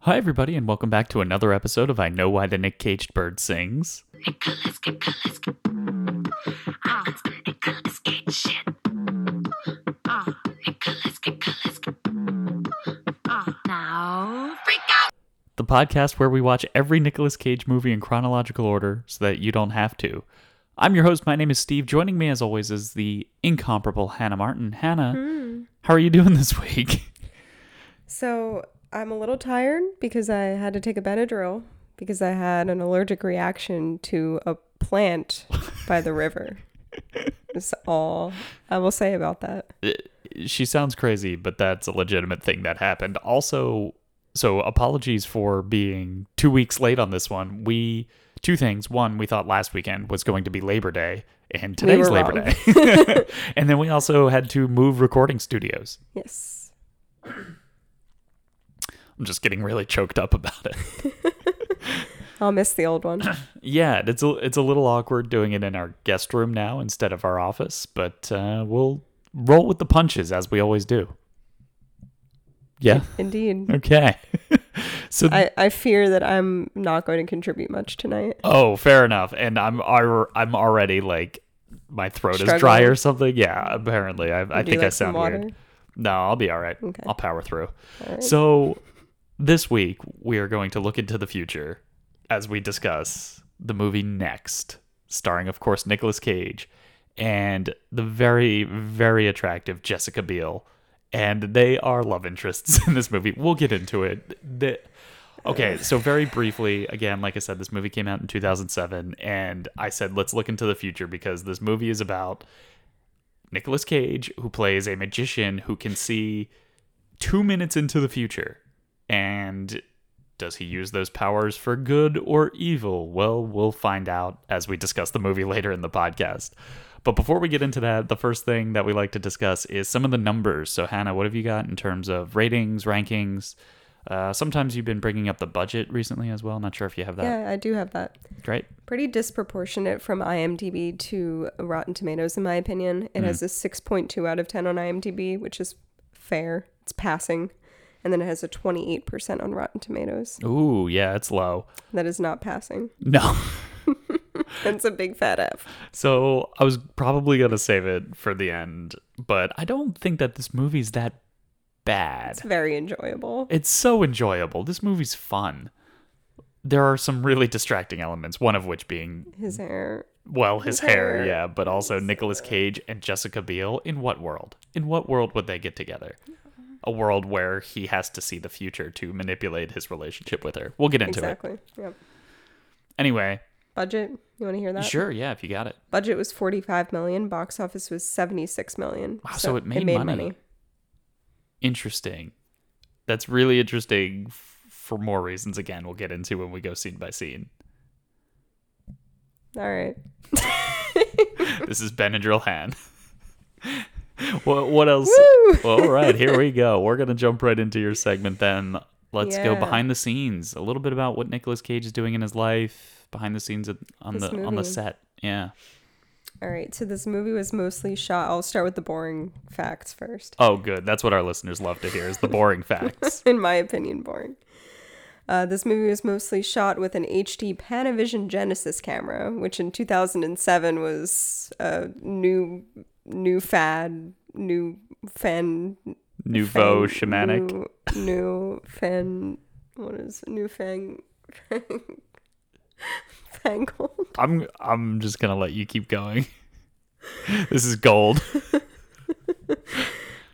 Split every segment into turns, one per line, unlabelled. Hi, everybody, and welcome back to another episode of I Know Why the Nick Caged Bird Sings.
Nicholas, Nicholas. Ah, Nicholas Cage shit. Ah, Nicholas, Nicholas. Ah, now freak out.
the podcast where we watch every Nicolas Cage movie in chronological order so that you don't have to. I'm your host. My name is Steve. Joining me, as always, is the incomparable Hannah Martin. Hannah, how are you doing this week?
So I'm a little tired because I had to take a Benadryl because I had an allergic reaction to a plant by the river. That's all I will say about that.
she sounds crazy, but that's a legitimate thing that happened. Also, so apologies for being two weeks late on this one. We two things. One, we thought last weekend was going to be Labor Day, and today's
were
Labor
wrong.
Day. and then we also had to move recording studios.
Yes.
I'm just getting really choked up about it.
I'll miss the old one.
Yeah, it's a, it's a little awkward doing it in our guest room now instead of our office, but uh, we'll roll with the punches as we always do. Yeah.
Indeed.
Okay. so
I, I fear that I'm not going to contribute much tonight.
oh, fair enough. And I'm al- I'm already like my throat is dry
Struggling.
or something. Yeah, apparently. I, I
Would you
think I
like some
sound weird.
water?
No, I'll be all right.
Okay.
I'll power through.
All right.
So this week we are going to look into the future as we discuss the movie Next, starring of course Nicolas Cage and the very very attractive Jessica Biel. And they are love interests in this movie. We'll get into it. The- okay, so very briefly, again, like I said, this movie came out in 2007, and I said, let's look into the future because this movie is about Nicolas Cage, who plays a magician who can see two minutes into the future. And does he use those powers for good or evil? Well, we'll find out as we discuss the movie later in the podcast. But before we get into that, the first thing that we like to discuss is some of the numbers. So, Hannah, what have you got in terms of ratings, rankings? Uh, sometimes you've been bringing up the budget recently as well. Not sure if you have that.
Yeah, I do have that.
Great.
Pretty disproportionate from IMDb to Rotten Tomatoes, in my opinion.
Mm-hmm.
It has a 6.2 out of 10 on IMDb, which is fair. It's passing. And then it has a 28% on Rotten Tomatoes.
Ooh, yeah, it's low.
That is not passing.
No.
That's a big fat F.
So I was probably gonna save it for the end, but I don't think that this movie's that bad.
It's very enjoyable.
It's so enjoyable. This movie's fun. There are some really distracting elements, one of which being,
His hair.
well, his hair,
hair.
yeah, but also Nicolas Cage and Jessica Biel. In what world? In what world would they get together? A world where he has to see the future to manipulate his relationship with her. We'll get into it.
Exactly. Yep.
Anyway,
Budget. You want to hear that?
sure, yeah, if you got it.
Budget was 45 million. Box office was 76 million.
Wow, so it made money. Interesting. That's really interesting f- for more reasons, again, we'll get into when we go scene by scene.
All right.
this is Benadryl Han. what, what else?
Woo!
Well, all right, here we go. We're going to jump right into your segment then. Let's go
Yeah.
behind the scenes. A little bit about what Nicolas Cage is doing in his life, behind the scenes of- on
This
the on the
movie.
set. Yeah.
All right. So this movie was mostly shot. I'll start with the boring facts first.
Oh, good. That's what our listeners love to hear is the boring facts.
in my opinion, boring. Uh, this movie was mostly shot with an HD Panavision Genesis camera, which in 2007 was a new, new fad, new fan,
Nouveau
fan-
shamanic.
new, new fan. What is it? new fang? Fangled.
I'm I'm just going to let you keep going. this is gold.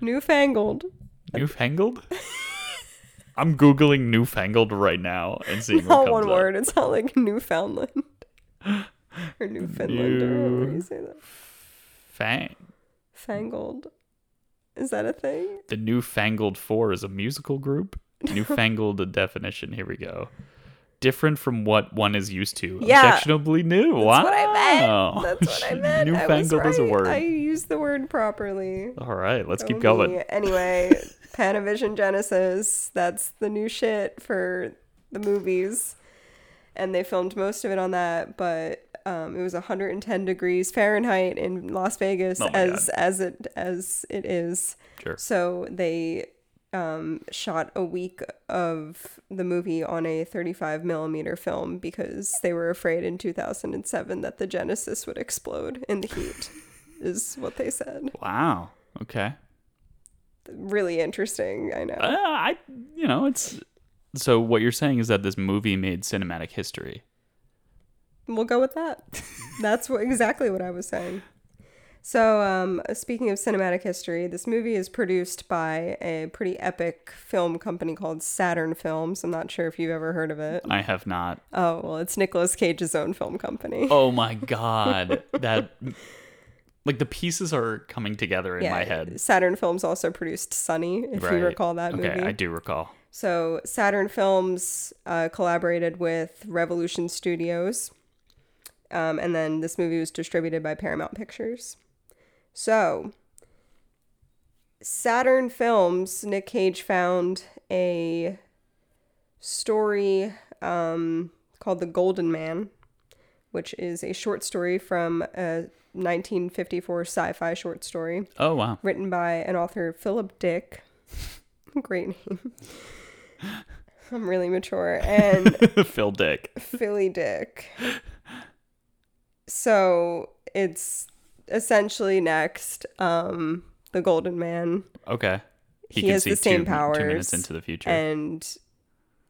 Newfangled.
Newfangled? I'm googling newfangled right now and seeing what
Not
comes
one
up.
word. It's not like Newfoundland or Newfoundland or however you say that.
Fang.
Fangled. Is that a thing?
The Newfangled Four is a musical group. Newfangled a definition. Here we go. Different from what one is used to.
Yeah.
Objectionably new. That's
That's what
wow.
I meant. That's what I meant. I was
Newfangled is a
right.
word.
I used the word properly.
All right, let's keep
Go
going.
me. Anyway, Panavision Genesis, that's the new shit for the movies. And they filmed most of it on that, but um, it was 110 degrees Fahrenheit in Las Vegas
Oh my
as as it as it is.
Sure.
So they um, shot a week of the movie on a 35 millimeter film because they were afraid in 2007 that the Genesis would explode in the heat, is what they said.
Wow. Okay.
Really interesting, I know.
Uh, I, you know, it's so what you're saying is that this movie made cinematic history.
We'll go with that. That's what, exactly what I was saying. So, um, speaking of cinematic history, this movie is produced by a pretty epic film company called Saturn Films. I'm not sure if you've ever heard of it.
I have not.
Oh, well, it's Nicolas Cage's own film company.
Oh my god, that like the pieces are coming together in my head.
Saturn Films also produced Sunny, if you recall that movie.
Okay, I do recall.
So, Saturn Films uh, collaborated with Revolution Studios. Um, and then this movie was distributed by Paramount Pictures. So, Saturn Films, Nick Cage found a story um, called The Golden Man, which is a short story from a 1954 sci fi short story
Oh wow.
written by an author, Philip Dick. Great name. I'm really mature. And
Phil Dick.
Philly Dick. So it's essentially next um, the Golden Man,
Okay.
He has the same
two, Two minutes
powers
into the future.
and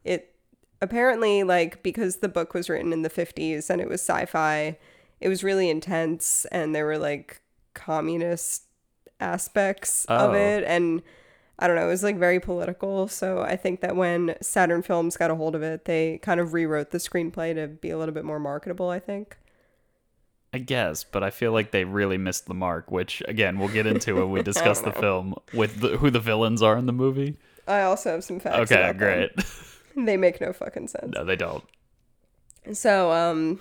it apparently like because the book was written in the fifties and it was sci-fi, it was really intense, and there were like communist aspects of
Oh.
it, and I don't know, it was like very political. So I think that when Saturn Films got a hold of it, they kind of rewrote the screenplay to be a little bit more marketable. I think.
I guess, but I feel like they really missed the mark, which again we'll get into when we discuss
Oh.
the film with the, who the villains are in the movie.
I also have some facts.
Okay,
about them.
great.
They make no fucking sense.
no, they don't.
So, um,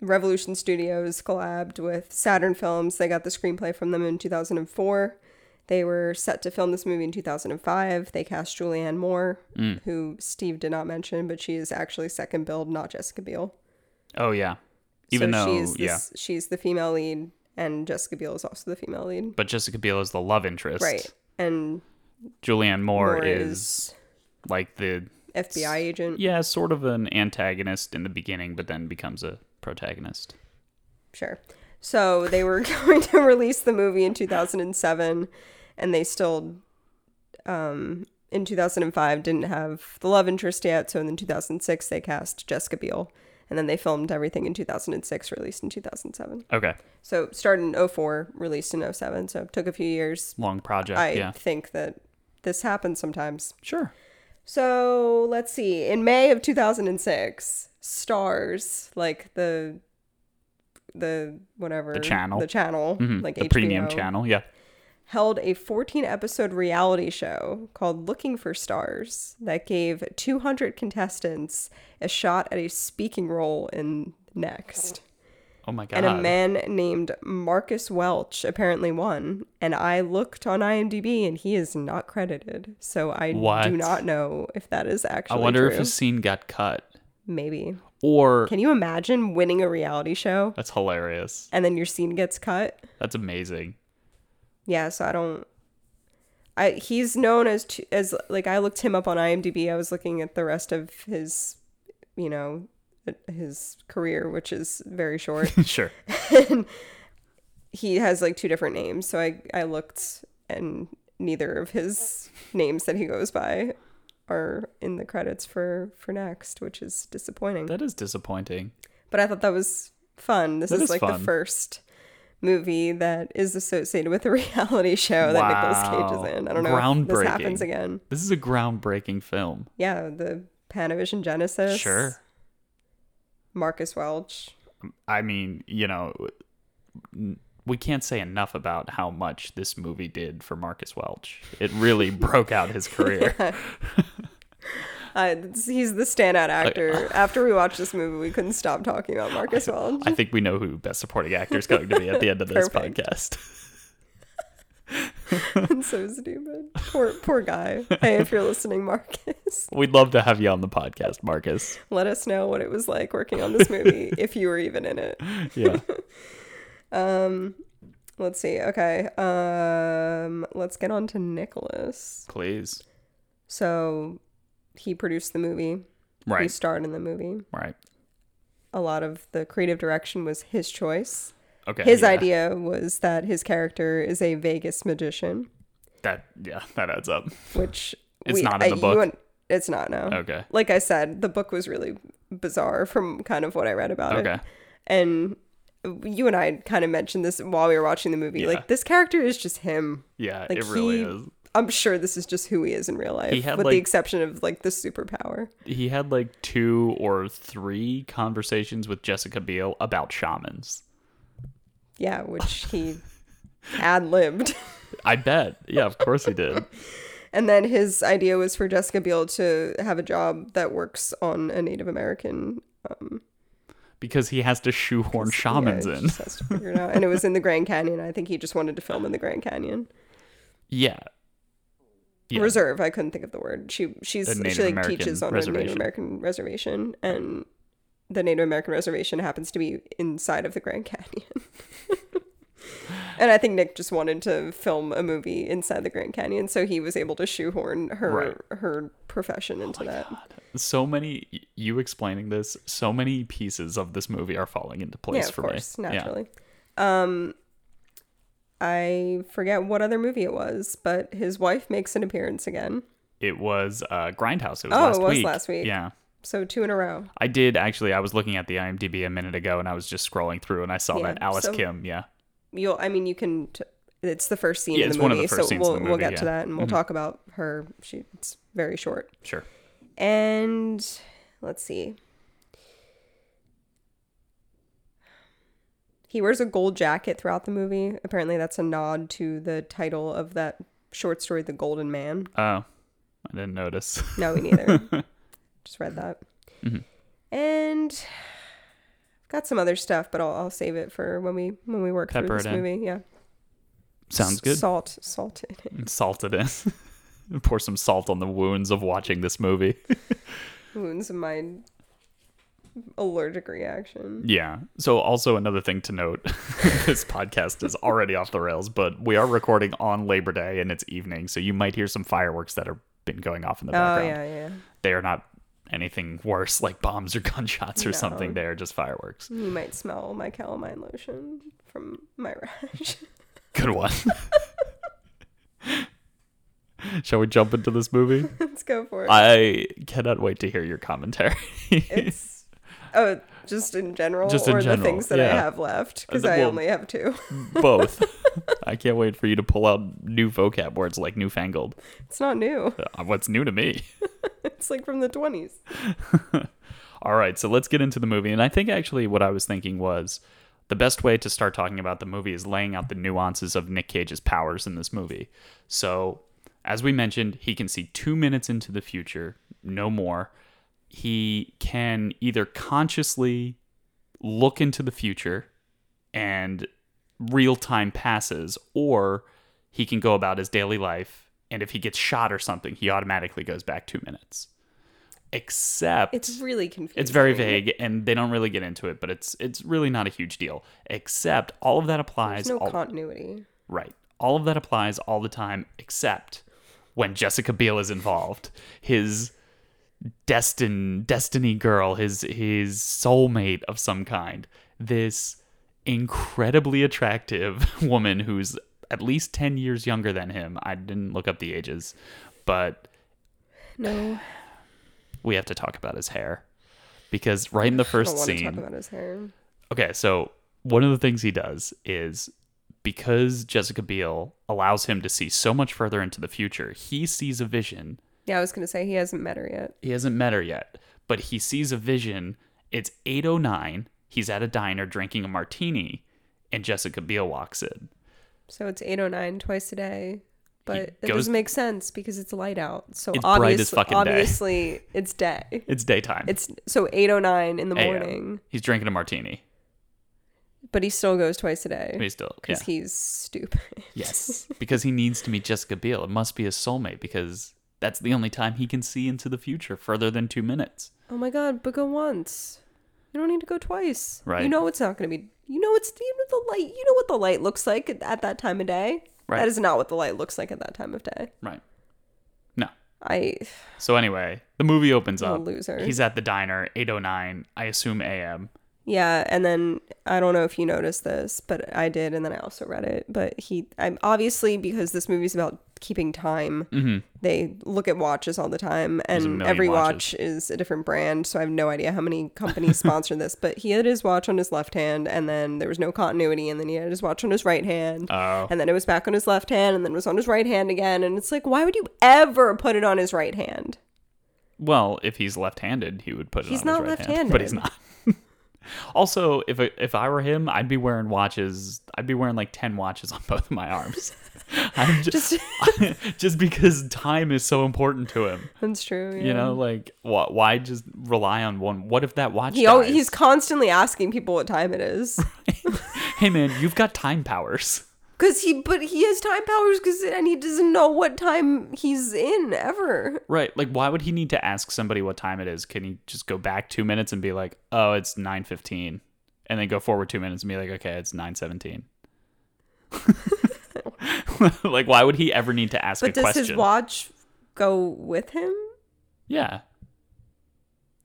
Revolution Studios collabed with Saturn Films. They got the screenplay from them in 2004. They were set to film this movie in 2005. They cast Julianne Moore,
Mm.
who Steve did not mention, but she is actually second build, not Jessica Biel.
Oh yeah. Even
so
though
she's the,
yeah,
she's the female lead, and Jessica Biel is also the female lead.
but Jessica Biel is the love interest.
Right. And
Julianne Moore,
Moore
is
is
like the
FBI agent.
yeah, sort of an antagonist in the beginning, but then becomes a protagonist.
Sure. So they were going to release the movie in 2007, and they still, um, in 2005, didn't have the love interest yet. So in 2006, they cast Jessica Biel, and then they filmed everything in 2006, released in 2007.
Okay,
So started in 04, released in 07. So it took a few years.
long project.
I
yeah,
think that this happens sometimes.
sure.
So let's see. In May of 2006, Stars, like the the whatever
The channel. Mm-hmm.
the channel, like
Hmm, the
HBO,
premium channel. Yeah.
held a 14 episode reality show called Looking for Stars that gave 200 contestants a shot at a speaking role in Next.
Oh my god.
And a man named Marcus Welch apparently won. And I looked on IMDb and he is not credited. So I
What?
do not know if that is
I
actually
wonder if
true.
his scene got cut
Maybe.
or
Can you imagine winning a reality show
that's hilarious.
and then your scene gets cut?
That's amazing.
Yeah, so I don't. I he's known as t- as like I looked him up on IMDb. I was looking at the rest of his, you know, his career, which is very short.
sure.
he has like two different names, so I I looked and neither of his names that he goes by are in the credits for for next, which is disappointing.
That is disappointing.
but I thought that was fun. This
That
is
is
like
fun.
the first movie that is associated with a reality show that Nicolas Cage
Wow.
is in. I don't know if this happens
Groundbreaking.
again.
This is a groundbreaking film.
Yeah, the Panavision Genesis.
Sure.
Marcus Welch.
I mean, you know, n- we can't say enough about how much this movie did for Marcus Welch. It really broke out his career.
Uh, he's the standout actor. After we watched this movie, we couldn't stop talking about Marcus Welch.
I think we know who best supporting actor is going to be at the end of this
Perfect.
podcast.
I'm so stupid. Poor, poor guy. Hey, if you're listening, Marcus,
We'd love to have you on the podcast, Marcus.
let us know what it was like working on this movie, if you were even in it.
Yeah.
Um, Let's see. Okay. Um, let's get on to Nicholas.
Please.
So he produced the movie. He
Right.
starred in the movie.
Right.
A lot of the creative direction was his choice.
Okay.
his
yeah.
idea was that his character is a Vegas magician,
That yeah, that adds up.
which
It's not in the
you
book.
wouldn't- it's not no.
Okay.
Like I said, the book was really bizarre from kind of what I read about it.
Okay.
And you and I kind of mentioned this while we were watching the movie.
Yeah.
Like this character is just him.
Yeah,
Like
it really
he,
is.
I'm sure this is just who he is in real life,
He had,
with
like-
the exception of like the superpower.
He had like two or three conversations with Jessica Biel about shamans.
Yeah, which he ad libbed.
I bet. Yeah, of course he did.
And then his idea was for Jessica Biel to have a job that works on a Native American.
Because he has to shoehorn shamans
yeah, he
in.
just has to figure it out. And it was in the Grand Canyon. I think he just wanted to film in the Grand Canyon
Yeah. Yeah.
Reserve. I couldn't think of the word. She she's
A
she
Native
like
American
teaches on a Native
reservation.
American reservation, and the Native American reservation happens to be inside of the Grand Canyon. and I think Nick just wanted to film a movie inside the Grand Canyon, so he was able to shoehorn her
Right. Oh
her profession into that.
So many y- you explaining this, so many pieces of this movie are falling into place
yeah, of
for
course,
me. Yeah.
naturally. Um, I forget what other movie it was, but his wife makes an appearance again.
It was uh Grindhouse. It was
Oh,
last
it was
week.
last week.
Yeah.
So two in a row.
I did actually I was looking at the IMDb a minute ago and I was just scrolling through and I saw
Yeah,
that Alice
so-
Kim, yeah.
You'll, I mean, you can. T- it's the first scene
Yeah,
in
it's
the
one of
movie,
the first
so
scenes in
we'll
the
we'll
movie,
get to
yeah. Mm-hmm.
that and we'll talk about her. She it's very short.
Sure.
And let's see. He wears a gold jacket throughout the movie. Apparently, that's a nod to the title of that short story, "The Golden Man."
Oh. I didn't notice.
No, me neither. Just read that.
Mm-hmm.
And got some other stuff, but I'll, I'll save it for when we when we work
Pepper
through this
it in.
movie. Yeah.
Sounds good.
Salt, salt in it.
And Salt it in. Pour some salt on the wounds of watching this movie.
Wounds of my allergic reaction.
Yeah. So, also another thing to note this podcast is already off the rails, but we are recording on Labor Day and it's evening. So, you might hear some fireworks that are been going off in the
Oh
background.
yeah, yeah.
They are not anything worse like bombs or gunshots or something.
No.
They are just fireworks.
You might smell my calamine lotion from my rash.
Good one. Shall we jump into this movie?
Let's go for it.
I cannot wait to hear your commentary.
it's oh, just in general,
Just in
or the
general,
things that I
yeah.
have left because
Uh,
I
well-
only have two.
Both. I can't wait for you to pull out new vocab words like newfangled.
it's not new.
Uh, What's new to me?
It's like from the twenties.
All right, so let's get into the movie. And I think actually what I was thinking was the best way to start talking about the movie is laying out the nuances of Nick Cage's powers in this movie. So, as we mentioned, he can see two minutes into the future, no more. He can either consciously look into the future and real time passes, or he can go about his daily life. And if he gets shot or something, he automatically goes back two minutes. Except
It's really confusing.
it's very vague, and they don't really get into it, but it's it's really not a huge deal. Except all of that applies.
There's no
all,
continuity.
right, all of that applies all the time, except when Jessica Biel is involved. His destin destiny girl, his his soulmate of some kind. This incredibly attractive woman who's at least ten years younger than him. I didn't look up the ages, but
No,
we have to talk about his hair. Because right in the
I don't
first
want to
scene,
talk about his hair.
Okay, so one of the things he does is because Jessica Biel allows him to see so much further into the future, he sees a vision.
Yeah, I was gonna say he hasn't met her yet.
He hasn't met her yet, but he sees a vision. It's 809. He's at a diner drinking a martini, and Jessica Biel walks in.
So it's eight oh nine twice a day, but it
goes-
doesn't make sense because it's light out. So
It's bright
obviously,
as fucking day.
obviously, it's day.
It's daytime.
It's so eight oh nine in the
8 a.m..
morning,
He's drinking a martini.
but he still goes twice a
But
day
He's still yeah.
because he's stupid.
yes, because he needs to meet Jessica Biel. It must be his soulmate because that's the only time he can see into the future further than two minutes.
oh my god! But go once. You don't need to go twice.
Right.
You know it's not gonna be You know it's you know the light. You know what the light looks like at, at that time of day.
Right.
That is not what the light looks like at that time of day.
Right. No.
I
So anyway, the movie opens
What a
up.
loser.
He's at the diner, 809, I assume AM.
yeah, and then I don't know if you noticed this, but I did, and then I also read it. But he, I'm obviously because this movie's about keeping time. They look at watches all the time,
Mm-hmm. a
and
million
every
watches.
watch is a different brand. So I have no idea how many companies sponsor this. But he had his watch on his left hand, and then there was no continuity, and then he had his watch on his right hand.
Oh.
and then it was back on his left hand and then it was on his right hand again and it's like why would you ever put it on his right hand
Well, if he's left-handed, he would put it
He's
on his
not
right hand, but he's not.
left-handed.
also, if I- if I were him, I'd be wearing watches. I'd be wearing like 10 watches on both of my arms. I'm just, just because time is so important to him.
that's true yeah.
You know, like why, why just rely on one? What if that watch
he al
dies?
he's constantly asking people what time it is
hey man, you've got time powers.
because he but he has time powers because and he doesn't know what time he's in ever
Right. Like why would he need to ask somebody what time it is? Can he just go back 2 minutes and be like, "Oh, it's 9:15." And then go forward 2 minutes and be like, "Okay, it's 9:17." like why would he ever need to ask
but
a
does
question?
his watch go with him
yeah.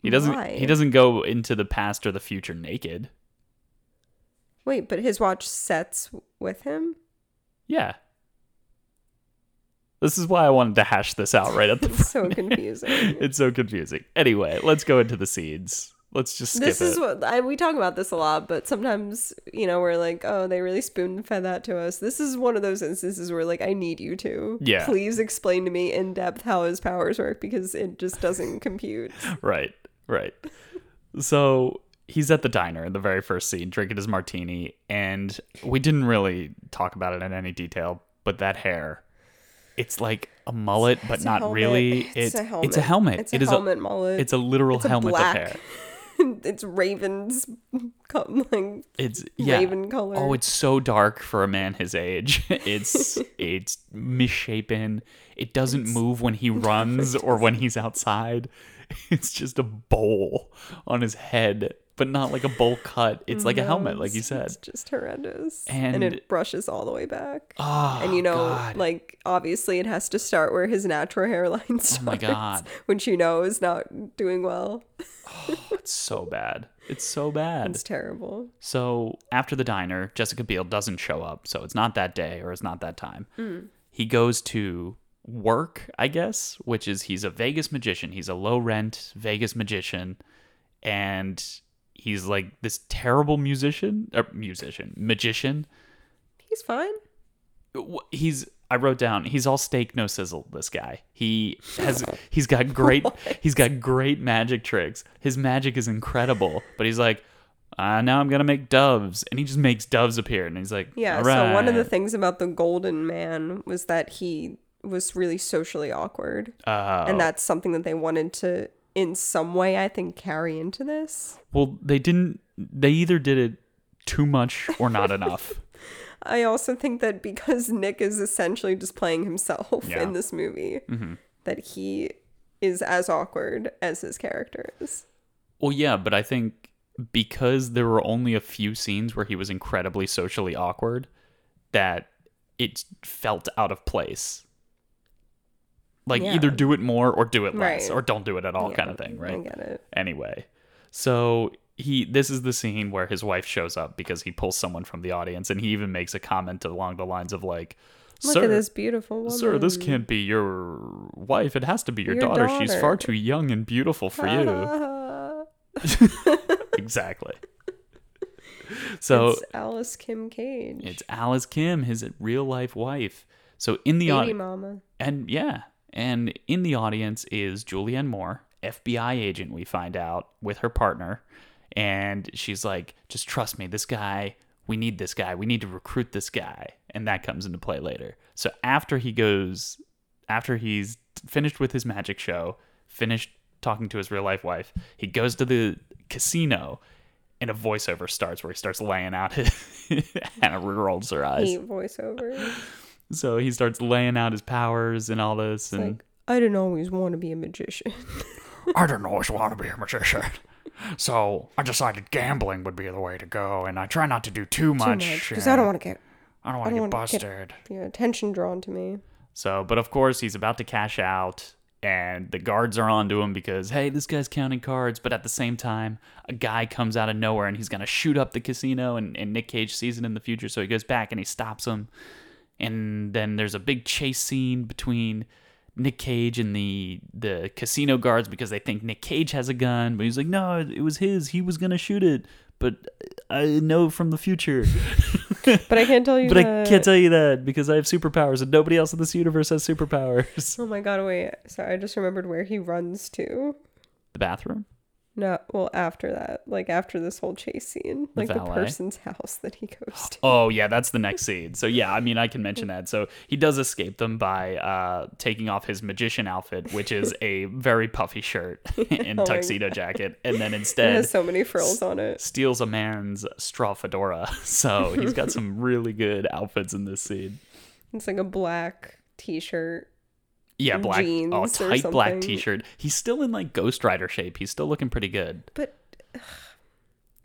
He doesn't
Why?
he doesn't go into the past or the future naked.
wait but his watch sets with him
Yeah. This is why I wanted to hash this out right at the
it's so confusing
it's so confusing. Anyway, let's go into the seeds. Let's just skip
this
it.
is what I, we talk about this a lot but sometimes you know we're like oh they really spoon fed that to us this is one of those instances where like i need you to
Yeah.
please explain to me in depth how his powers work because it just doesn't compute
right, right. So he's at the diner in the very first scene, drinking his martini, and we didn't really talk about it in any detail, but that hair. It's like a mullet, but
It's a
not
helmet.
really.
it's, a helmet
It's a helmet.
it's a
It is
helmet mullet
It's a literal
It's a
helmet
black
of hair.
it's ravens come like
It's yeah.
raven color
Oh, it's so dark for a man his age. It's it's misshapen. It doesn't move when he runs or when he's outside. It's just a bowl on his head, but not like a bowl cut. It's like a helmet, like you said.
it's just horrendous
And-
and it brushes all the way back
Oh,
and you know,
God.
like obviously it has to start where his natural hairline starts,
Oh, my God.
which you know is not doing well.
it's so bad. It's so bad.
It's terrible.
So after the diner, Jessica Biel doesn't show up. So it's not that day or it's not that time. He goes to work, I guess, which is he's a Vegas magician. He's a low rent Vegas magician. And he's like this terrible musician, or musician, magician.
He's fine.
Wh- He's, I wrote down, he's all steak, no sizzle, this guy. He has, he's got great, he's got great magic tricks. His magic is incredible, but he's like, uh, now I'm going to make doves. And he just makes doves appear. And he's like,
Yeah.
"All
So one of the
right."
things about the Golden Man was that he was really socially awkward,
Oh.
and that's something that they wanted to, in some way, I think, carry into this.
Well, they didn't. They either did it too much or not enough.
I also think that because Nick is essentially just playing himself
Yeah. Mm-hmm.
in this movie, that he is as awkward as his character is.
Well, yeah, but I think because there were only a few scenes where he was incredibly socially awkward, that it felt out of place. Like
Yeah.
either do it more or do it less,
Right.
or don't do it at all,
Yeah,
kind of thing, right?
I get it.
Anyway, so he this is the scene where his wife shows up because he pulls someone from the audience, and he even makes a comment along the lines of like,
Look
"Sir,
at this beautiful woman.
Sir, this can't be your wife. It has to be your,
Your
daughter. She's far
daughter.
too young and beautiful for you. exactly. So
it's Alice Kim Cage.
it's Alice Kim, his real life wife. So in the
Baby
audience,
mama.
and yeah, and in the audience is Julianne Moore, FBI agent. We find out with her partner, and she's like, "Just trust me, this guy. We need this guy. We need to recruit this guy." And that comes into play later. So after he goes, after he's finished with his magic show, finished talking to his real life wife, he goes to the casino. And a voiceover starts where he starts laying out his. Hannah rolls her eyes.
Hate
Mm-hmm.
voiceover.
So he starts laying out his powers and all this, and
like, I didn't always want to be a magician.
I don't always want to be a magician.
So I decided gambling would be the way to go, and I try not to do too much.
Because I don't want to get
I don't want to
don't
get
wanna get-
busted.
your attention drawn to me.
So, but of course, he's about to cash out, and the guards are onto him because, hey, this guy's counting cards. But at the same time, a guy comes out of nowhere and he's going to shoot up the casino, and, and Nick Cage sees it in the future. So he goes back and he stops him. And then there's a big chase scene between Nick Cage and the, the casino guards because they think Nick Cage has a gun. But he's like, no, it was his. He was going to shoot it. But I know from the future.
But I can't tell you.
But I
the-
can't tell you that because I have superpowers and nobody else in this universe has superpowers.
Oh my god! Wait, sorry. I just remembered where he runs to.
The bathroom?
No, well, after that, like after this whole chase scene, like the
valet?
person's house that he goes to.
Oh yeah, that's the next scene. So yeah, I mean I can mention that. So he does escape them by uh taking off his magician outfit, which is a very puffy shirt and
Oh my
tuxedo jacket, and then
It
instead
has so many frills on it.
steals a man's straw fedora. So he's got some really good outfits in this scene.
It's like a black T-shirt.
Yeah, black oh
Jeans or
tight black
something.
t-shirt. He's still in like Ghost Rider shape. He's still looking pretty good.
But ugh,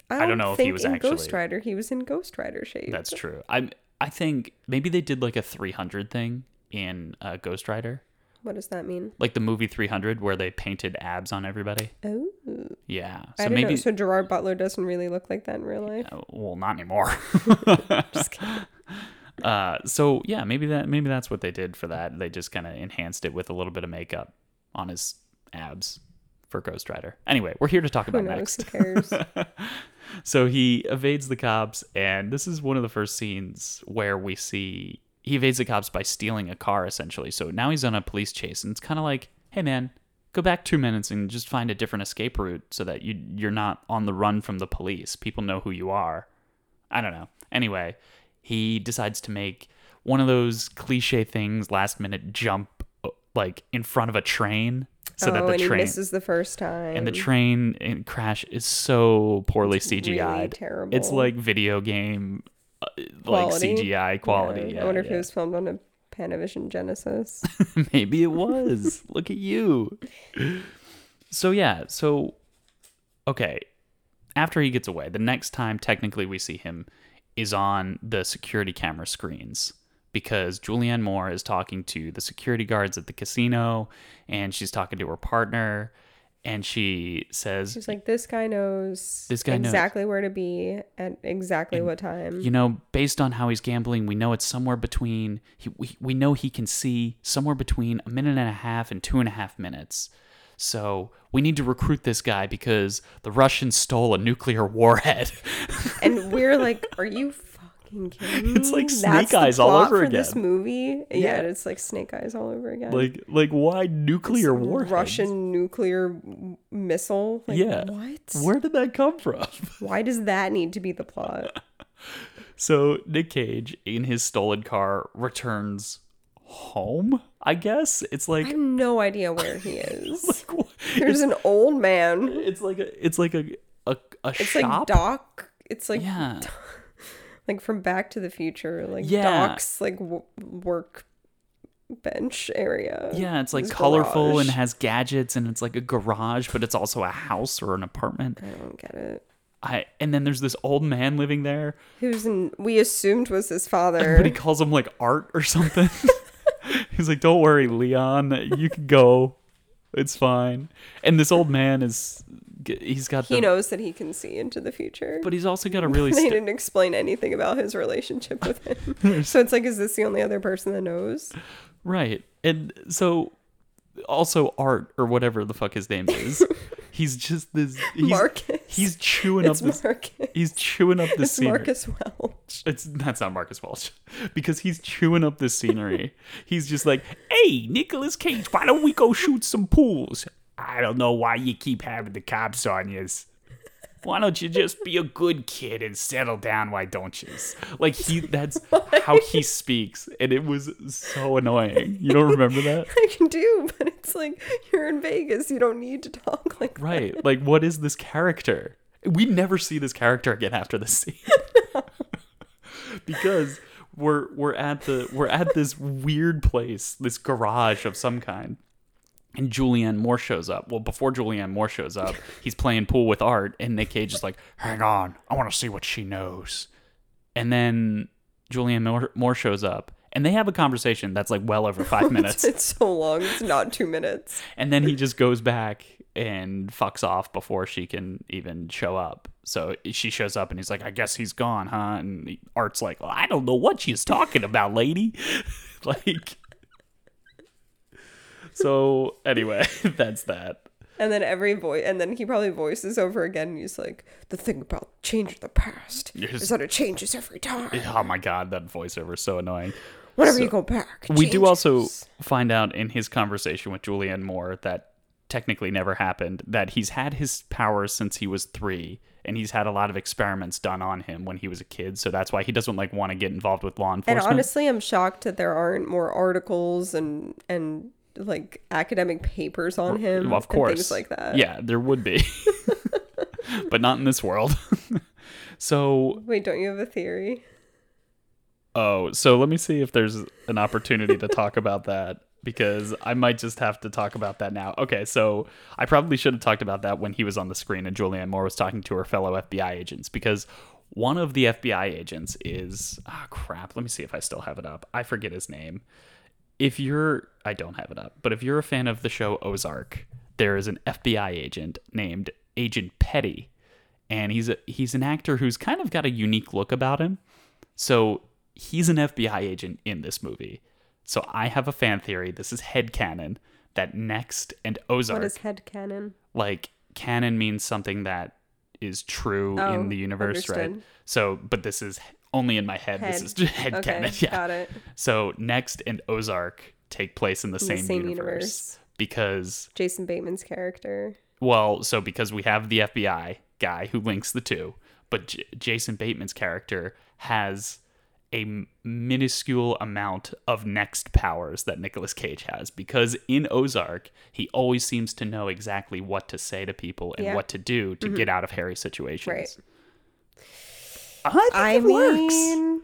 I
I
don't,
don't know if he
think
was
in Ghost
actually-
Rider. He was in Ghost Rider shape.
That's true. I I think maybe they did like a 300 thing in uh, Ghost Rider,
What does that mean?
like the movie 300, where they painted abs on everybody.
Oh,
Yeah.
I
So
don't
maybe.
know. So Gerard Butler doesn't really look like that in real life.
uh, well, not anymore.
Just kidding.
uh, so yeah, maybe that maybe that's what they did for that. They just kind of enhanced it with a little bit of makeup on his abs for Ghost Rider. Anyway, we're here to talk
Who
about
knows?
next.
Who cares?
So he evades the cops, and this is one of the first scenes where we see he evades the cops by stealing a car, essentially. So now he's on a police chase, and it's kind of like, hey, man, go back two minutes and just find a different escape route so that you, you're not on the run from the police. People know who you are. I don't know. Anyway, he decides to make one of those cliche things, last minute jump, uh, like in front of a train. So
oh,
that the
and
train
he misses the first time.
and the train in crash is so poorly CGI'd.
terrible.
It's like video game, uh, like
Quality?
CGI quality. Yeah,
I wonder if
yeah.
it was filmed on a Panavision Genesis.
Maybe it was. Look at you. So yeah. So okay. After he gets away, the next time technically we see him is on the security camera screens because Julianne Moore is talking to the security guards at the casino and she's talking to her partner and she says
She's like, this guy knows
This guy knows."
exactly where to be at exactly what time.
you know, based on how he's gambling, we know it's somewhere between, he, we, we know he can see somewhere between a minute and a half and two and a half minutes. So we need to recruit this guy because the Russians stole a nuclear warhead.
and we're like, are you fucking kidding me?
It's like Snake
That's the
Eyes all
plot
over
for This
again.
movie, yeah.
Yeah.
it's like Snake Eyes all over again.
like, like why nuclear warhead?
Russian nuclear m- missile. Like,
Yeah.
What?
Where did that come from?
Why does that need to be the plot?
So Nick Cage, in his stolen car, returns home. I guess it's
I
like,
have no idea where he is.
like what-
There's an old man.
it's like a, it's like a, a, a
It's like
shop.
Doc. It's like
yeah.
like from Back to the Future, like
Yeah.
Doc's like w- work bench area.
Yeah, it's like
his
colorful and
garage.
has gadgets and it's like a garage, but it's also a house or an apartment.
I don't get it.
I and then there's this old man living there,
Who's in, we assumed was his
but he
father.
calls him like Art or something. He's like, "Don't worry, Leon, you can go. It's fine." And this old man is he's got the
He knows that he can see into the future.
but he's also got a really
they
sti-
didn't explain anything about his relationship with him. so it's like, is this the only other person that knows?
Right. And so also Art or whatever the fuck his name is. he's just this he's,
Marcus.
he's chewing
It's
up this
Marcus.
he's chewing up this
It's
scenery.
Marcus Welch.
It's that's not Marcus Walsh because he's chewing up the scenery. he's just like, "Hey, Nicolas Cage, why don't we go shoot some pools?
I don't know why you keep having the cops on you.
Why don't you just be a good kid and settle down? Why don't you?" Like he that's how he speaks, and it was so annoying. You don't remember that?
I can do, but it's like you're in Vegas. You don't need to talk like
Right. Like what is this character? We never see this character again after this scene. because we're we're at the we're at this weird place, this garage of some kind. and Julianne Moore shows up. Well, before Julianne Moore shows up, he's playing pool with Art, and Nick Cage is like,
Hang on, I want to see what she knows.
and then Julianne Moore, Moore shows up, and they have a conversation that's like well over five minutes,
It's so long. It's not two minutes.
and then he just goes back and fucks off before she can even show up. So she shows up, and he's like, "I guess he's gone, huh?" And Art's like, well, "I don't know what she's talking about, lady." like, so anyway, that's that.
And then every voice, and then he probably voices over again. And he's like, "The thing about change of the past is that it changes every time.
Oh my god, that voiceover is so annoying.
Whenever you go back, it
We do also
changes."
find out in his conversation with Julianne Moore that technically never happened that he's had his powers since he was three and he's had a lot of experiments done on him when he was a kid so that's why he doesn't like want to get involved with law
And
enforcement
honestly, I'm shocked that there aren't more articles and and like academic papers on him.
Well, of
and
course
things like that.
yeah there would be but not in this world so
Wait, don't you have a theory?
oh so let me see if there's an opportunity to talk about that because I might just have to talk about that now. Okay, so I probably should have talked about that when he was on the screen and Julianne Moore was talking to her fellow FBI agents because one of the FBI agents is ah crap, let me see if I still have it up. I forget his name. If you're I don't have it up, but if you're a fan of the show Ozark, there is an FBI agent named Agent Petty and he's a, he's an actor who's kind of got a unique look about him. So he's an FBI agent in this movie. So I have a fan theory. This is headcanon that Next and Ozark,
What is head cannon?
like canon means something that is true
Oh,
in the universe, right?
understood.
So, but this is only in my head. This
Head.
is headcanon.
Okay,
canon. Yeah.
got it.
So Next and Ozark take place in the
In the
same, universe
same universe.
because
Jason Bateman's character.
well, so because we have the FBI guy who links the two, but J- Jason Bateman's character has a m- minuscule amount of next powers that Nicolas Cage has because in Ozark, he always seems to know exactly what to say to people and
Yeah. Mm-hmm.
what to do to get out of hairy situations.
Right.
I think
I
it works.
mean,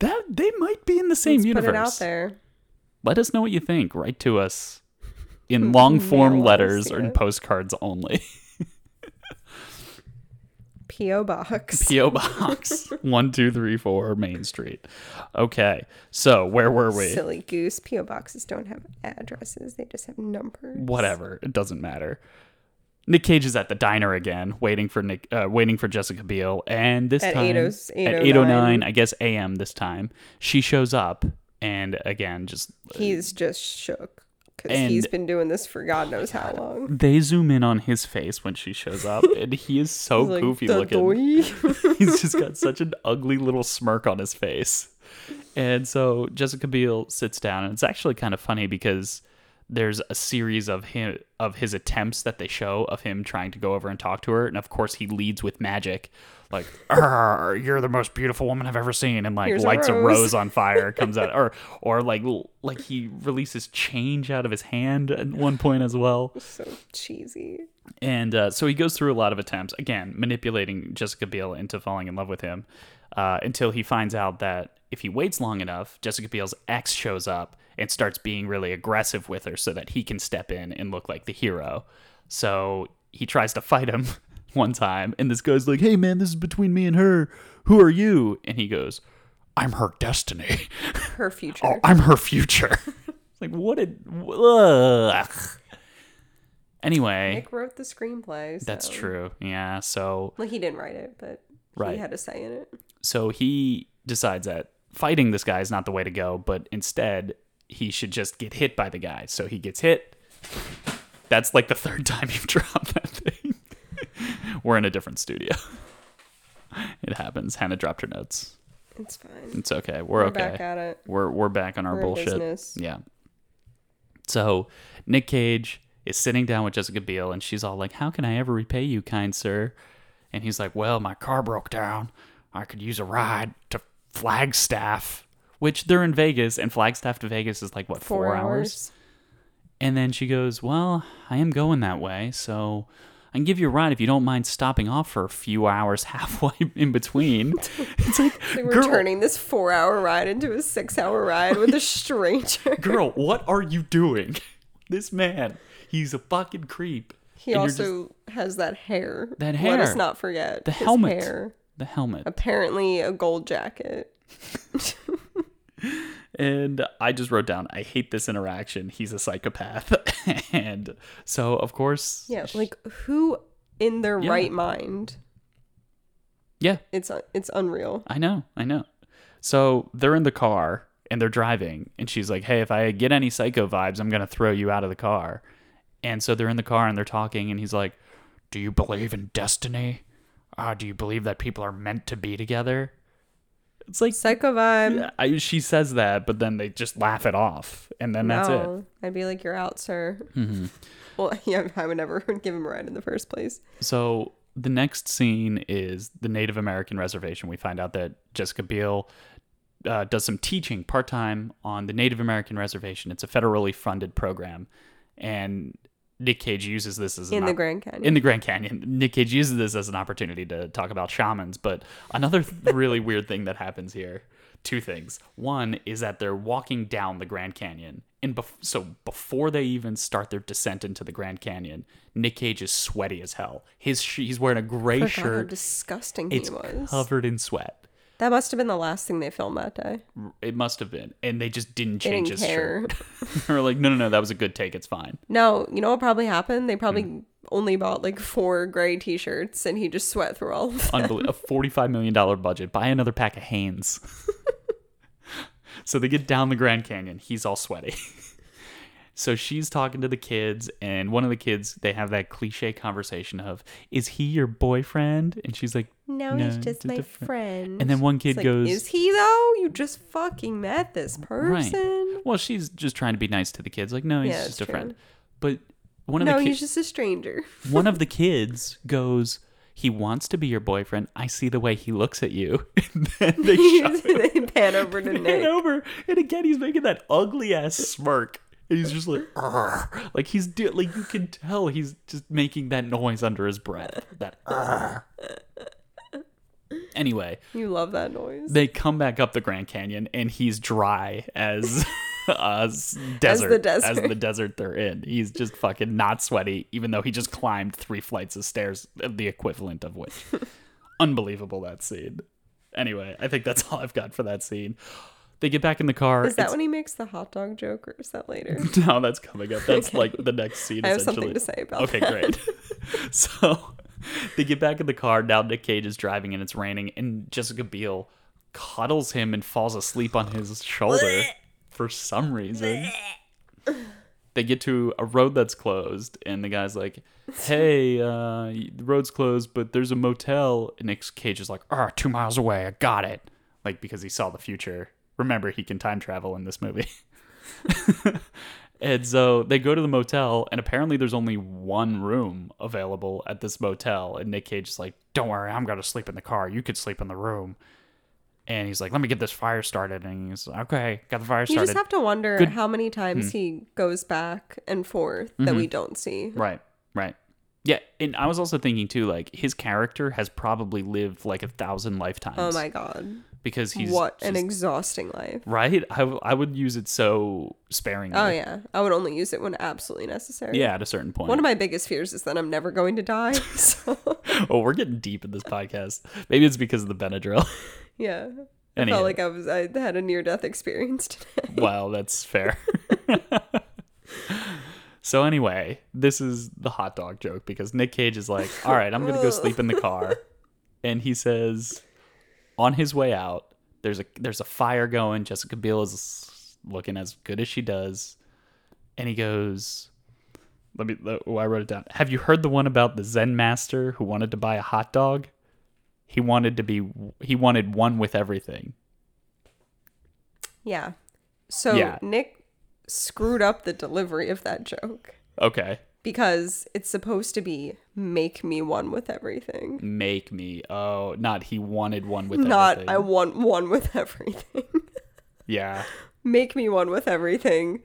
That they might be in the same
let's
universe.
put it out there.
Let us know what you think. Write to us in long form
Mail us,
letters or in
yeah.
postcards only.
PO box.
P.O. Box 1234 Main Street. Okay. So, where were we?
Silly goose. PO boxes don't have addresses; they just have numbers.
Whatever. It doesn't matter. Nick Cage is at the diner again, waiting for Nick, uh, waiting for Jessica Biel, and this
At oh,
time
8:00
at 809, I guess a.m. this time, she shows up, and again, just
He's just shook because
And-
he's been doing this for God knows how long.
they zoom in on his face when she shows up, and he is so
Like,
goofy
"The
looking.
doi."
He's just got such an ugly little smirk on his face. And so Jessica Biel sits down, and it's actually kind of funny because there's a series of him of his attempts that they show of him trying to go over and talk to her, and of course he leads with magic, like
Arr, you're the most beautiful woman I've ever seen.
and like
Here's a
lights a rose.
rose.
on fire, comes out, or or like l- like he releases change out of his hand at one point as well.
so cheesy.
And uh, so he goes through a lot of attempts, again, manipulating Jessica Biel into falling in love with him uh, until he finds out that if he waits long enough, Jessica Biel's ex shows up and starts being really aggressive with her so that he can step in and look like the hero. So he tries to fight him one time, and this guy's like, hey man, this is between me and her. Who are you? And he goes,
I'm her destiny.
Her future.
Oh, I'm her future.
like, what a. Ugh. Anyway,
Nick wrote the screenplay.
that's
so-
true. Yeah, so.
Like he didn't write it, but
Right.
he had a say in it.
So he decides that fighting this guy is not the way to go, but instead he should just get hit by the guy. So he gets hit. That's like the third time you've dropped that thing. We're in a different studio. It happens. Hannah dropped her notes.
It's fine.
It's okay. We're,
We're
okay.
back at it.
We're we're back on our
We're in
bullshit.
business.
Yeah. So Nick Cage is sitting down with Jessica Biel and she's all like, How can I ever repay you, kind sir? And he's like, Well, my
my car broke down. I could use a ride to Flagstaff.
which they're in Vegas, and Flagstaff to Vegas is like what four, hours? And then she goes, "Well, I am going that way, so I can give you a ride if you don't mind stopping off for a few hours halfway in between." it's like,
They were
girl,
turning this four-hour ride into a six-hour ride with a stranger.
girl, what are you doing? This man, He's a fucking creep.
He
And you're just-
also has that hair.
That
Let us
hair.
not forget
the
his
helmet.
hair.
The helmet.
Apparently, a gold jacket.
And I just wrote down, I hate this interaction. He's a psychopath. and so, of course,
Yeah, like who in their
Yeah.
right mind?
yeah,
It's uh, it's unreal.
I know, I know. So they're in the car and they're driving, and she's like, "Hey, if I get any psycho vibes, I'm gonna throw you out of the car." And so they're in the car and they're talking, and he's like,
Do you believe in destiny?
Ah,
Uh, do you believe that people are meant to be together?
"It's like."
Psycho vibe.
I, she says that, but then they just laugh it off, and then that's it. Mm-hmm.
no, I'd be like, you're out, sir. Well, yeah, I would never give him a ride in the first place.
So the next scene is the Native American reservation. We find out that Jessica Biel uh, does some teaching part time on the Native American reservation. It's a federally funded program, and Nick Cage uses this as
In
an
the
op-
Grand Canyon.
In the Grand Canyon, Nick Cage uses this as an opportunity to talk about shamans. But another really weird thing that happens here, two things. One is that they're walking down the Grand Canyon, and bef- so before they even start their descent into the Grand Canyon, Nick Cage is sweaty as hell. His sh- he's wearing a gray
God, how
shirt.
disgusting
It's
he was.
covered in sweat.
that must have been the last thing they filmed that day.
It must have been, and they just didn't
They
change
didn't
his
care.
shirt. They're like, no, no, no, that was a good take. It's fine.
No, you know what probably happened? They probably
Hmm.
only bought like four gray t-shirts, and he just sweat through all of them.
Unbelievable. a forty-five million dollar budget. Buy another pack of Hanes. so they get down the Grand Canyon. He's all sweaty. so she's talking to the kids, and one of the kids they have that cliche conversation of, "Is he your boyfriend?" And she's like,
No, he's just my
a fri-"
friend.
And then one kid
It's like,
goes,
"Is he though? You just fucking met this person."
"Right." Well, she's just trying to be nice to the kids. Like, no, he's
Yeah, that's
just a
true.
friend. But one of
No,
the kids,
he's just a stranger.
one of the kids goes. He wants to be your boyfriend. I see the way he looks at you. And then they shut
they pan over to
and
Nick.
over. And again, he's making that ugly ass smirk. And he's just like, "Arr." like he's do- like you can tell he's just making that noise under his breath. That. "Arr." Anyway,
You love that noise.
they come back up the Grand Canyon, and he's dry as as
As
desert
the
as
desert.
the desert they're in. He's just fucking not sweaty, even though he just climbed three flights of stairs, uh, the equivalent of which. Unbelievable that scene. Anyway, I think that's all I've got for that scene. They get back in the car.
Is that
It's-
when he makes the hot dog joke, or is that later?
no, that's coming up. That's like the next scene.
I have something
essentially.
to say about
Okay,
that.
great. so they get back in the car. Now Nick Cage is driving and it's raining, and Jessica Biel coddles him and falls asleep on his shoulder for some reason. They get to a road that's closed, and the guy's like, "Hey, uh, the road's closed, but there's a motel." And Nick Cage is like, "Ah,
Uh, two miles away. I got it.
like because he saw the future. Remember, he can time travel in this movie. and so they go to the motel, and apparently there's only one room available at this motel. And Nick Cage is like,
Don't worry, I'm gonna sleep in the car. You could sleep in the room.
and he's like, let me get this fire started. And he's like, okay, got the fire
You
started. Hmm.
just have to wonder how many times he goes back and forth that
Mm-hmm.
we don't see.
right, right. Yeah, and I was also thinking too, like his character has probably lived like a thousand lifetimes.
Oh my god.
Because he's
what an
just-
exhausting life.
right. I, w- I would use it so sparingly.
Oh yeah. I would only use it when absolutely necessary.
Yeah, at a certain point.
One of my biggest fears is that I'm never going to die. So
oh, we're getting deep in this podcast. Maybe it's because of the Benadryl.
yeah. I
Anyhow.
felt like I was I had a near death experience today.
wow, that's fair. so anyway, this is the hot dog joke because Nick Cage is like, "All right, I'm going to go sleep in the car." And he says on his way out, there's a there's a fire going. Jessica Biel is looking as good as she does. And he goes, "Let me oh, I wrote it down. Have you heard the one about the Zen master who wanted to buy a hot dog? He wanted to be he wanted one with everything."
Yeah. So
Yeah.
Nick screwed up the delivery of that joke
Okay.
because it's supposed to be make me one with everything.
make me. Oh, not he wanted one with
Not
everything.
I want one with everything.
yeah,
make me one with everything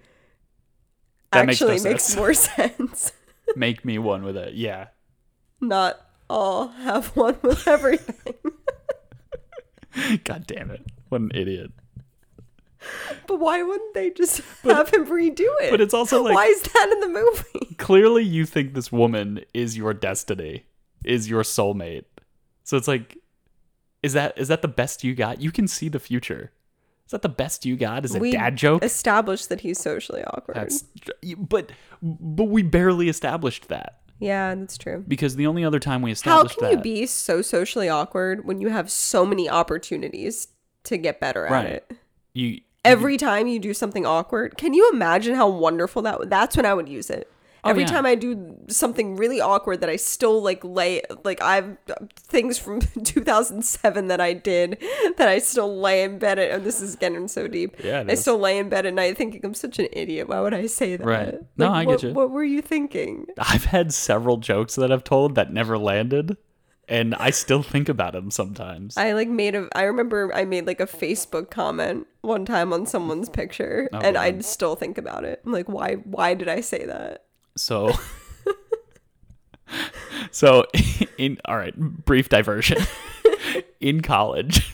That makes no
actually makes
sense.
more sense.
make me one with it. Yeah,
Not all have one with everything.
god damn it, what an idiot.
But why wouldn't they just have him redo it?
but it's also like-
why is that in the movie?
Clearly, you think this woman is your destiny, is your soulmate. So it's like, is that is that the best you got? You can see the future. Is that the best you got? Is it dad joke?
Established that he's socially awkward.
That's, but but we barely established that
yeah, that's true.
because the only other time we
How
established
can you
that-
be so socially awkward when you have so many opportunities to get better
Right.
at it?
you
Every time you do something awkward, can you imagine how wonderful that? would- That's when I would use it. Every
Oh, yeah.
time I do something really awkward that I still like lay like I've things from 2007 that I did that I still lay in bed at and this is getting so deep.
Yeah, it
I
is.
still lay in bed at night thinking I'm such an idiot. Why would I say that?
Right. No, I get
what-
you.
What were you thinking?
I've had several jokes that I've told that never landed, and I still think about them sometimes.
I like made a. I remember I made like a Facebook comment one time on someone's picture,
Oh,
and I still think about it. I'm like, why? Why did I say that?
So, so in all right, brief diversion. in college,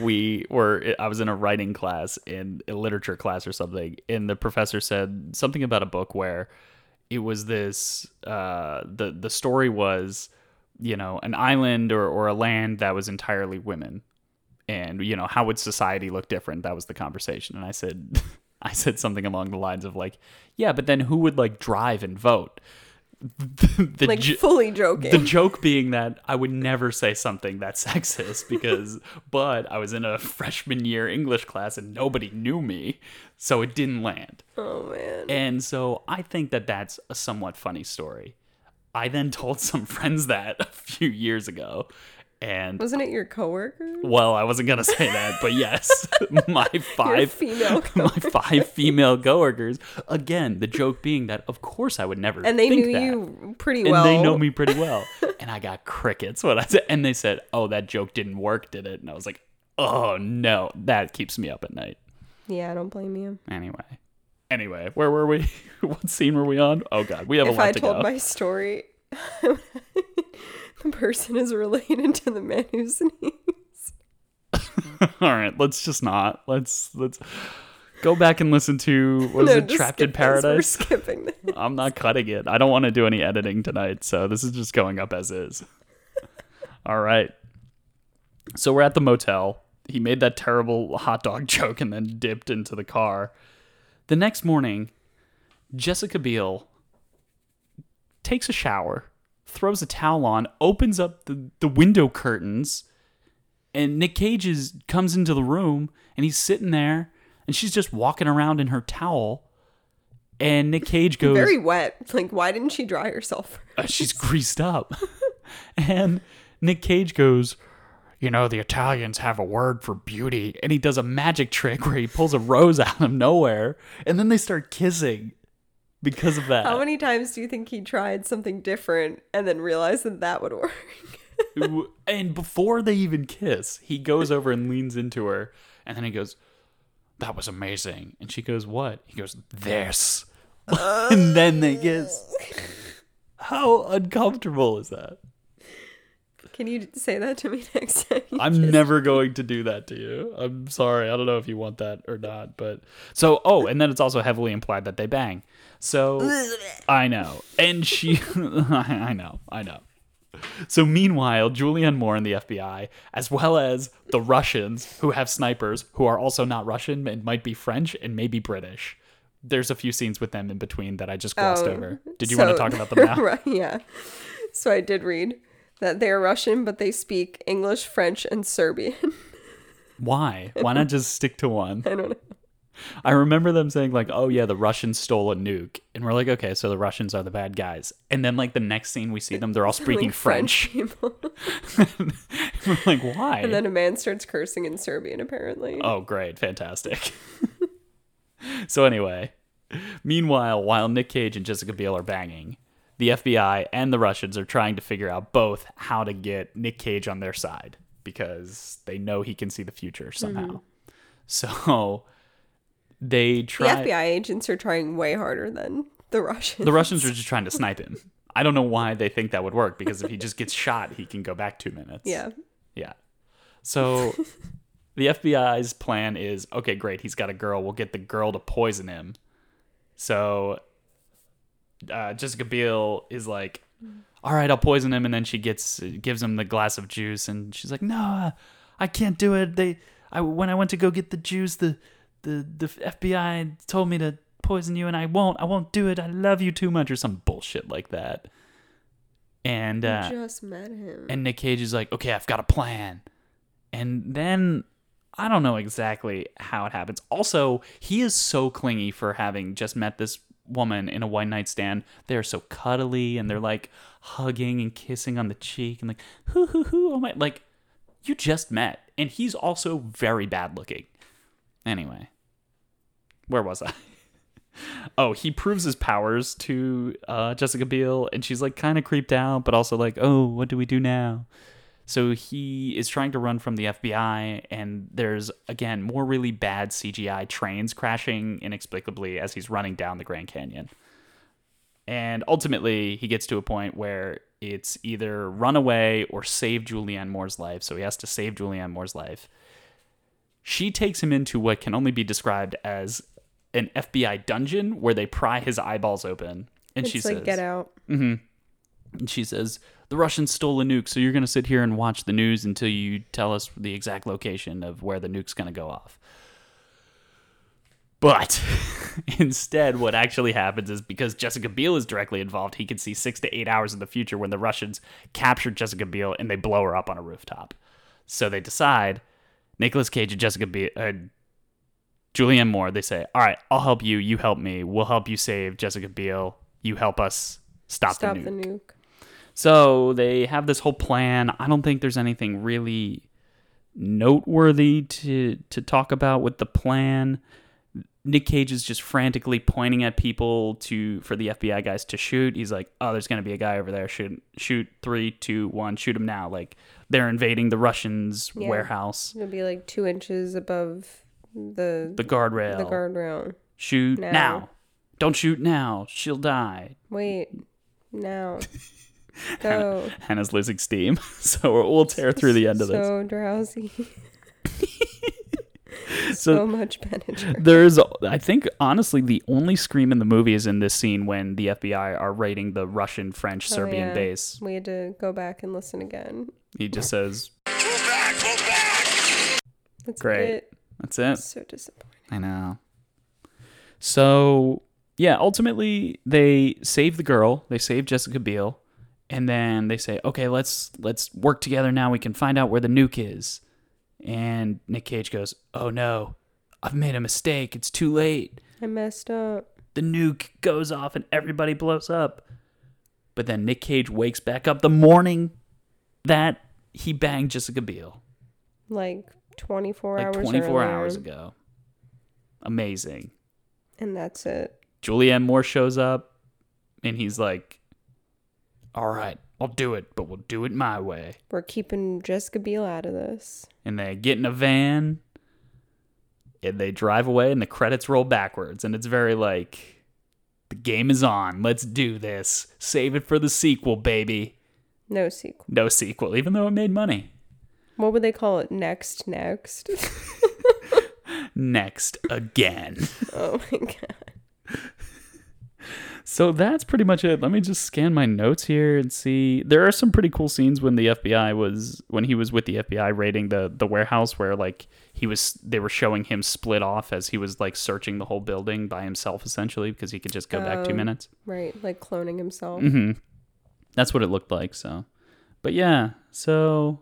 we were I was in a writing class in a literature class or something, and the professor said something about a book where it was this uh, the the story was you know an island or or a land that was entirely women and you know how would society look different that was the conversation and i said i said something along the lines of like yeah but then who would like drive and vote the, the
Like
ju-
fully
the
joking.
joke being that I would never say something that's sexist because, but I was in a freshman year English class and nobody knew me, so it didn't land.
oh man.
And so I think that that's a somewhat funny story. I then told some friends that a few years ago, and
Wasn't it your coworker?
well, I wasn't gonna say that, but yes, my
Your
five.
female.
My
coworker.
five female coworkers. Again, the joke being that, of course, I would never.
and they
think
knew
that
you pretty
and
well.
they know me pretty well. and I got crickets when I said, and they said, "Oh, that joke didn't work, did it?" And I was like, "Oh no, that keeps me up at night."
Yeah, I don't blame you.
Anyway, anyway, where were we? what scene were we on? Oh god, we have a
If
lot
I
to
told
go.
my story, the person is related to the man who sneezed.
All right, let's just not. Let's let's go back and listen to what is
No,
it?
just
Trapped in
skip this. We're
Paradise.
skipping this.
I'm not cutting it. I don't want to do any editing tonight, so this is just going up as is. All right. So we're at the motel. He made that terrible hot dog joke and then dipped into the car. The next morning, Jessica Biel takes a shower, throws a towel on, opens up the, the window curtains, and Nick Cage is, comes into the room and he's sitting there and she's just walking around in her towel. And Nick Cage goes,
Very wet. Like, why didn't she dry herself?
uh, she's greased up. and Nick Cage goes,
You know, the Italians have a word for beauty.
and he does a magic trick where he pulls a rose out of nowhere, and then they start kissing because of that.
How many times do you think he tried something different and then realized that that would work?
and before they even kiss, he goes over and leans into her, and then he goes,
That was amazing.
and she goes, "What?" He goes,
This.
and then they kiss. How uncomfortable is that?
Can you say that to me next time? you
I'm
kiss?
never going to do that to you. I'm sorry. I don't know if you want that or not, but so oh, and then it's also heavily implied that they bang. So I know. And she I know. I know. So meanwhile, Julianne Moore and the FBI, as well as the Russians who have snipers who are also not Russian and might be French and maybe British. There's a few scenes with them in between that I just glossed
Oh,
over. Did you
So-
want to talk about them now?
right, yeah. So I did read that they are Russian, but they speak English, French, and Serbian.
Why? Why not just stick to one?
I don't know.
I remember them saying like, "Oh yeah, the Russians stole a nuke," and we're like, "Okay, so the Russians are the bad guys." And then like the next scene we see them, they're all speaking
Like
French.
people.
we're like, "Why?"
and then a man starts cursing in Serbian, apparently.
oh, great, fantastic. so anyway, meanwhile, while Nick Cage and Jessica Biel are banging, the FBI and the Russians are trying to figure out both how to get Nick Cage on their side because they know he can see the future somehow. So they
the
try.
FBI agents are trying way harder than the Russians.
The Russians are just trying to snipe him. I don't know why they think that would work because if he just gets shot, he can go back two minutes.
yeah.
Yeah. So The FBI's plan is okay, great, he's got a girl. We'll get the girl to poison him. So uh, Jessica Biel is like, all right, I'll poison him. And then she gets gives him the glass of juice. And she's like, no, I can't do it. They, I, when I went to go get the juice, the, the, the FBI told me to poison you and I won't. I won't do it. I love you too much or some bullshit like that. And uh,
Just met him.
and Nick Cage is like, okay, I've got a plan. And then I don't know exactly how it happens. Also, he is so clingy for having just met this woman in a one night stand. They're so cuddly and they're like hugging and kissing on the cheek and like, hoo hoo hoo, oh my, like, you just met. And he's also very bad looking. Anyway, where was I? Oh, he proves his powers to uh, Jessica Biel, and she's like kind of creeped out, but also like, oh, what do we do now? So he is trying to run from the FBI, and there's again more really bad CGI trains crashing inexplicably as he's running down the Grand Canyon. And ultimately, he gets to a point where it's either run away or save Julianne Moore's life. So he has to save Julianne Moore's life she takes him into what can only be described as an FBI dungeon where they pry his eyeballs open. And
it's
she
like
says,
get out.
and she says, the Russians stole a nuke, so you're going to sit here and watch the news until you tell us the exact location of where the nuke's going to go off. But instead, what actually happens is because Jessica Biel is directly involved, he can see six to eight hours in the future when the Russians capture Jessica Biel and they blow her up on a rooftop. So they decide, Nicolas Cage and Jessica Biel, uh, Julianne Moore, they say, All right, I'll help you. You help me. We'll help you save Jessica Biel. You help us stop,
Stop
the nuke.
the nuke.
So they have this whole plan. I don't think there's anything really noteworthy to to talk about with the plan. Nick Cage is just frantically pointing at people to for the FBI guys to shoot. He's like, "Oh, there's gonna be a guy over there. Shoot, shoot! Three, two, one, shoot him now!" Like they're invading the Russians'
Yeah.
warehouse,
It'll be like two inches above the
the guardrail.
the guardrail.
shoot
No.
now! Don't shoot now. She'll die.
Wait, now go.
Hannah's losing steam, so we'll tear through the end of this.
so drowsy. so, much Benadryl.
There's, I think, honestly, the only scream in the movie is in this scene when the FBI are raiding the Russian, French, Serbian
Oh, yeah.
base.
We had to go back and listen again.
He just says,
Pull back, pull back!
That's
Great.
it.
"That's it."
So disappointing.
I know. So yeah, ultimately they save the girl. They save Jessica Biel, and then they say, "Okay, let's let's work together now. We can find out where the nuke is." And Nick Cage goes, "Oh no, I've made a mistake. It's too late."
I messed up.
the nuke goes off and everybody blows up. But then Nick Cage wakes back up the morning that he banged Jessica Biel
Like 24
like
hours
24
earlier,
hours ago. Amazing.
And that's it.
Julianne Moore shows up and he's like, All right, I'll do it, but we'll do it my way.
We're keeping Jessica Biel out of this.
And they get in a van and they drive away and the credits roll backwards. And it's very like, The game is on. Let's do this. Save it for the sequel, baby.
No sequel.
no sequel, even though it made money.
What would they call it? Next, next.
Next again.
oh my god.
so that's pretty much it. Let me just scan my notes here and see. There are some pretty cool scenes when the FBI was when he was with the FBI raiding the the warehouse where like he was they were showing him split off as he was like searching the whole building by himself essentially because he could just go
Oh.
back 2 minutes.
Right, like cloning himself.
Mm-hmm. That's what it looked like, so. But yeah, so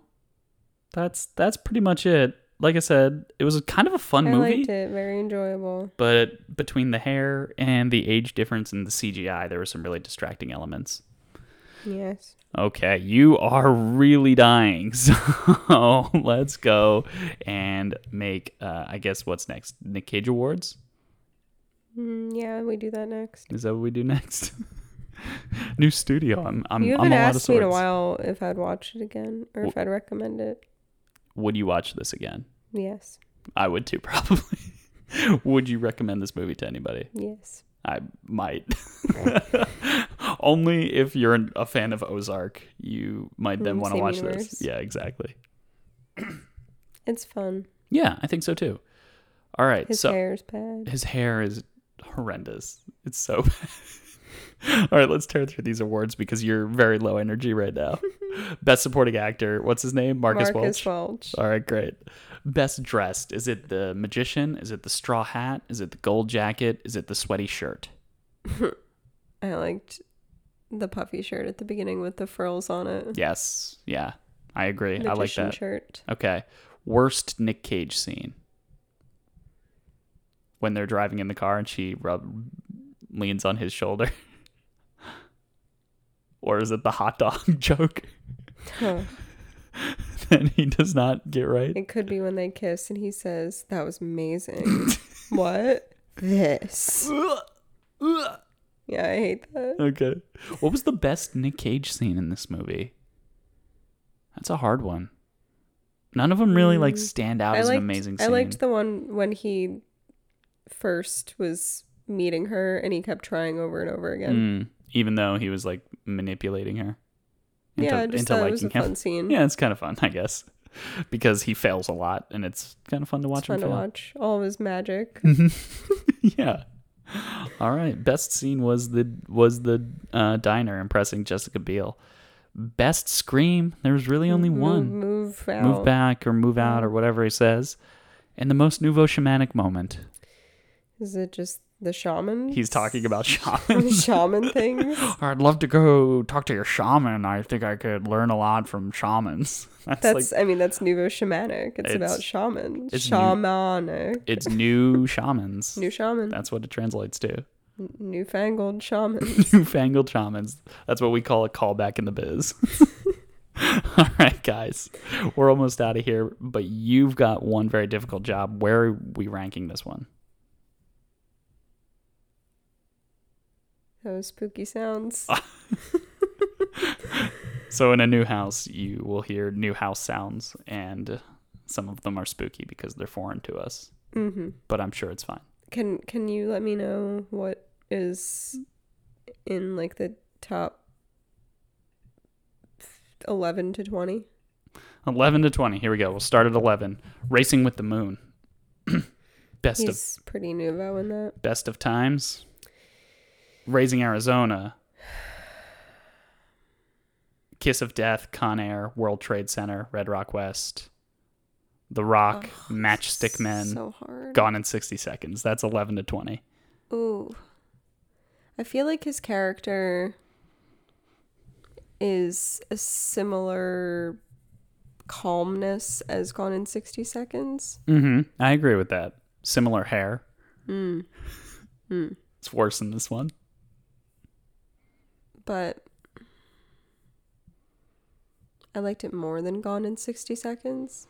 that's that's pretty much it. Like I said, it was kind of a fun
I
movie.
liked it. Very enjoyable.
but between the hair and the age difference and the CGI, there were some really distracting elements.
Yes.
Okay, you are really dying, so let's go and make, uh, I guess, what's next? Nick Cage Awards?
Mm, yeah, we do that next.
Is that what we do next? New studio. I'm, I'm,
You
I'm
haven't
a lot of
asked me in a
sorts.
while if I'd watch it again or if I'd recommend it.
Would you watch this again?
Yes.
I would too, probably. would you recommend this movie to anybody?
Yes.
I might. Only if you're an- a fan of Ozark, you might then
Mm,
want to
same
watch
universe.
this. Yeah, exactly.
It's fun.
Yeah, I think so too. All right,
His
so
hair's bad.
his hair is horrendous. It's so bad. All right, let's tear through these awards because you're very low energy right now. Best supporting actor, what's his name? Marcus,
Marcus
Welch.
Welch.
All right, great. Best dressed, is it the magician? Is it the straw hat? Is it the gold jacket? Is it the sweaty shirt?
I liked the puffy shirt at the beginning with the frills on it.
Yes, yeah, I agree. I like
Mm. Magician
that.
shirt.
Okay. Worst Nick Cage scene. When they're driving in the car and she rub leans on his shoulder. or is it the hot dog joke
Huh.
that he does not get right?
It could be when they kiss and he says, That was amazing. what? This. Yeah, I hate that.
Okay. What was the best Nick Cage scene in this movie? That's a hard one. None of them really like stand out
Mm. I
as
liked,
an amazing
I
scene.
liked the one when he first was meeting her and he kept trying over and over again.
Mm, even though he was like manipulating her.
yeah, I just thought it was a fun scene.
Yeah, it's kind of fun, I guess, because he fails a lot, and it's kind of fun to watch
it's fun to
him fail.
watch. All of his magic.
yeah. All right. Best scene was the was the uh, diner impressing Jessica Biel. Best scream. There was really only
Mm-hmm.
one.
Move, move out.
Move back or move out or whatever he says. And the most nouveau shamanic moment.
Is it just the shaman?
He's talking about
the
shamans.
shaman things.
I'd love to go talk to your shaman. I think I could learn a lot from shamans. That's, like
That's I mean that's nouveau shamanic. It's, about
It's-
shaman.
it's new-
Shamanic.
it's new shamans.
new shaman.
That's what it translates to.
Newfangled shaman.
newfangled shamans. That's what we call a callback in the biz. All right, guys, we're almost out of here, but you've got one very difficult job. Where are we ranking this one?
Those spooky sounds.
Ah. So, in a new house, you will hear new house sounds, and some of them are spooky because they're foreign to us,
hmm
but I'm sure it's fine.
Can can you let me know what is in like the top eleven to twenty?
11 to 20. Here we go. We'll start at 11. Racing with the moon. Best of
He's pretty nouveau in that.
Best of Times, Raising Arizona, Kiss of Death, Con Air, World Trade Center, Red Rock West, The Rock, Matchstick Men,
So hard.
Gone in 60 Seconds. That's 11 to 20.
Ooh. I feel like his character is a similar calmness as Gone in 60 Seconds.
Mm-hmm. I agree with that. Similar hair. It's worse than this one.
but I liked it more than Gone in 60 Seconds.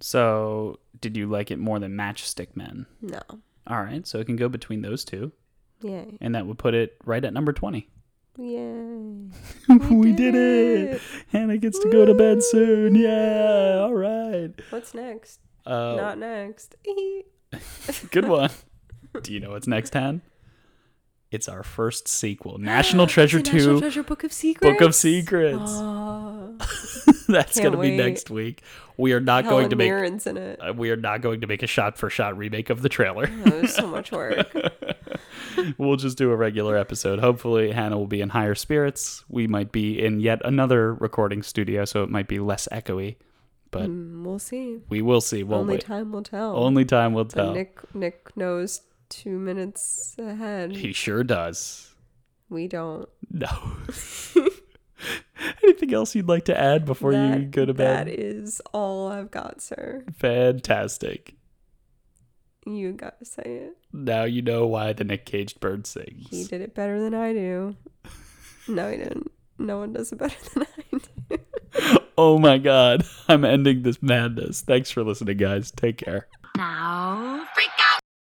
So, did you like it more than Matchstick Men?
No.
All right, so it can go between those two,
Yay.
and that would put it right at number 20.
Yay.
we did it. Hannah gets to go to bed soon. Yeah. All right.
What's next?
Uh,
Not next.
good one. Do you know what's next, Han? It's our first sequel, National Treasure
The National
2
Treasure Book of Secrets.
Book of Secrets.
Oh,
That's going
can't
to be
wait.
next week. We are not
Helen
going to make
Mirren's in it.
uh, we are not going to make a shot for shot remake of the trailer.
Oh, it was so much work.
we'll just do a regular episode. Hopefully, Hannah will be in higher spirits. We might be in yet another recording studio, so it might be less echoey. But
Mm, we'll see.
we will see. We'll
Only
wait.
time will tell.
Only time will
But
tell.
Nick Nick knows two minutes ahead.
He sure does.
We don't.
No. Anything else you'd like to add before you
That-
go to bed?
That is all I've got, sir.
Fantastic.
You gotta say it.
Now you know why the Nick Caged bird sings.
He did it better than I do. No, he didn't. No one does it better than I do.
Oh my god. I'm ending this madness. Thanks for listening, guys. Take care.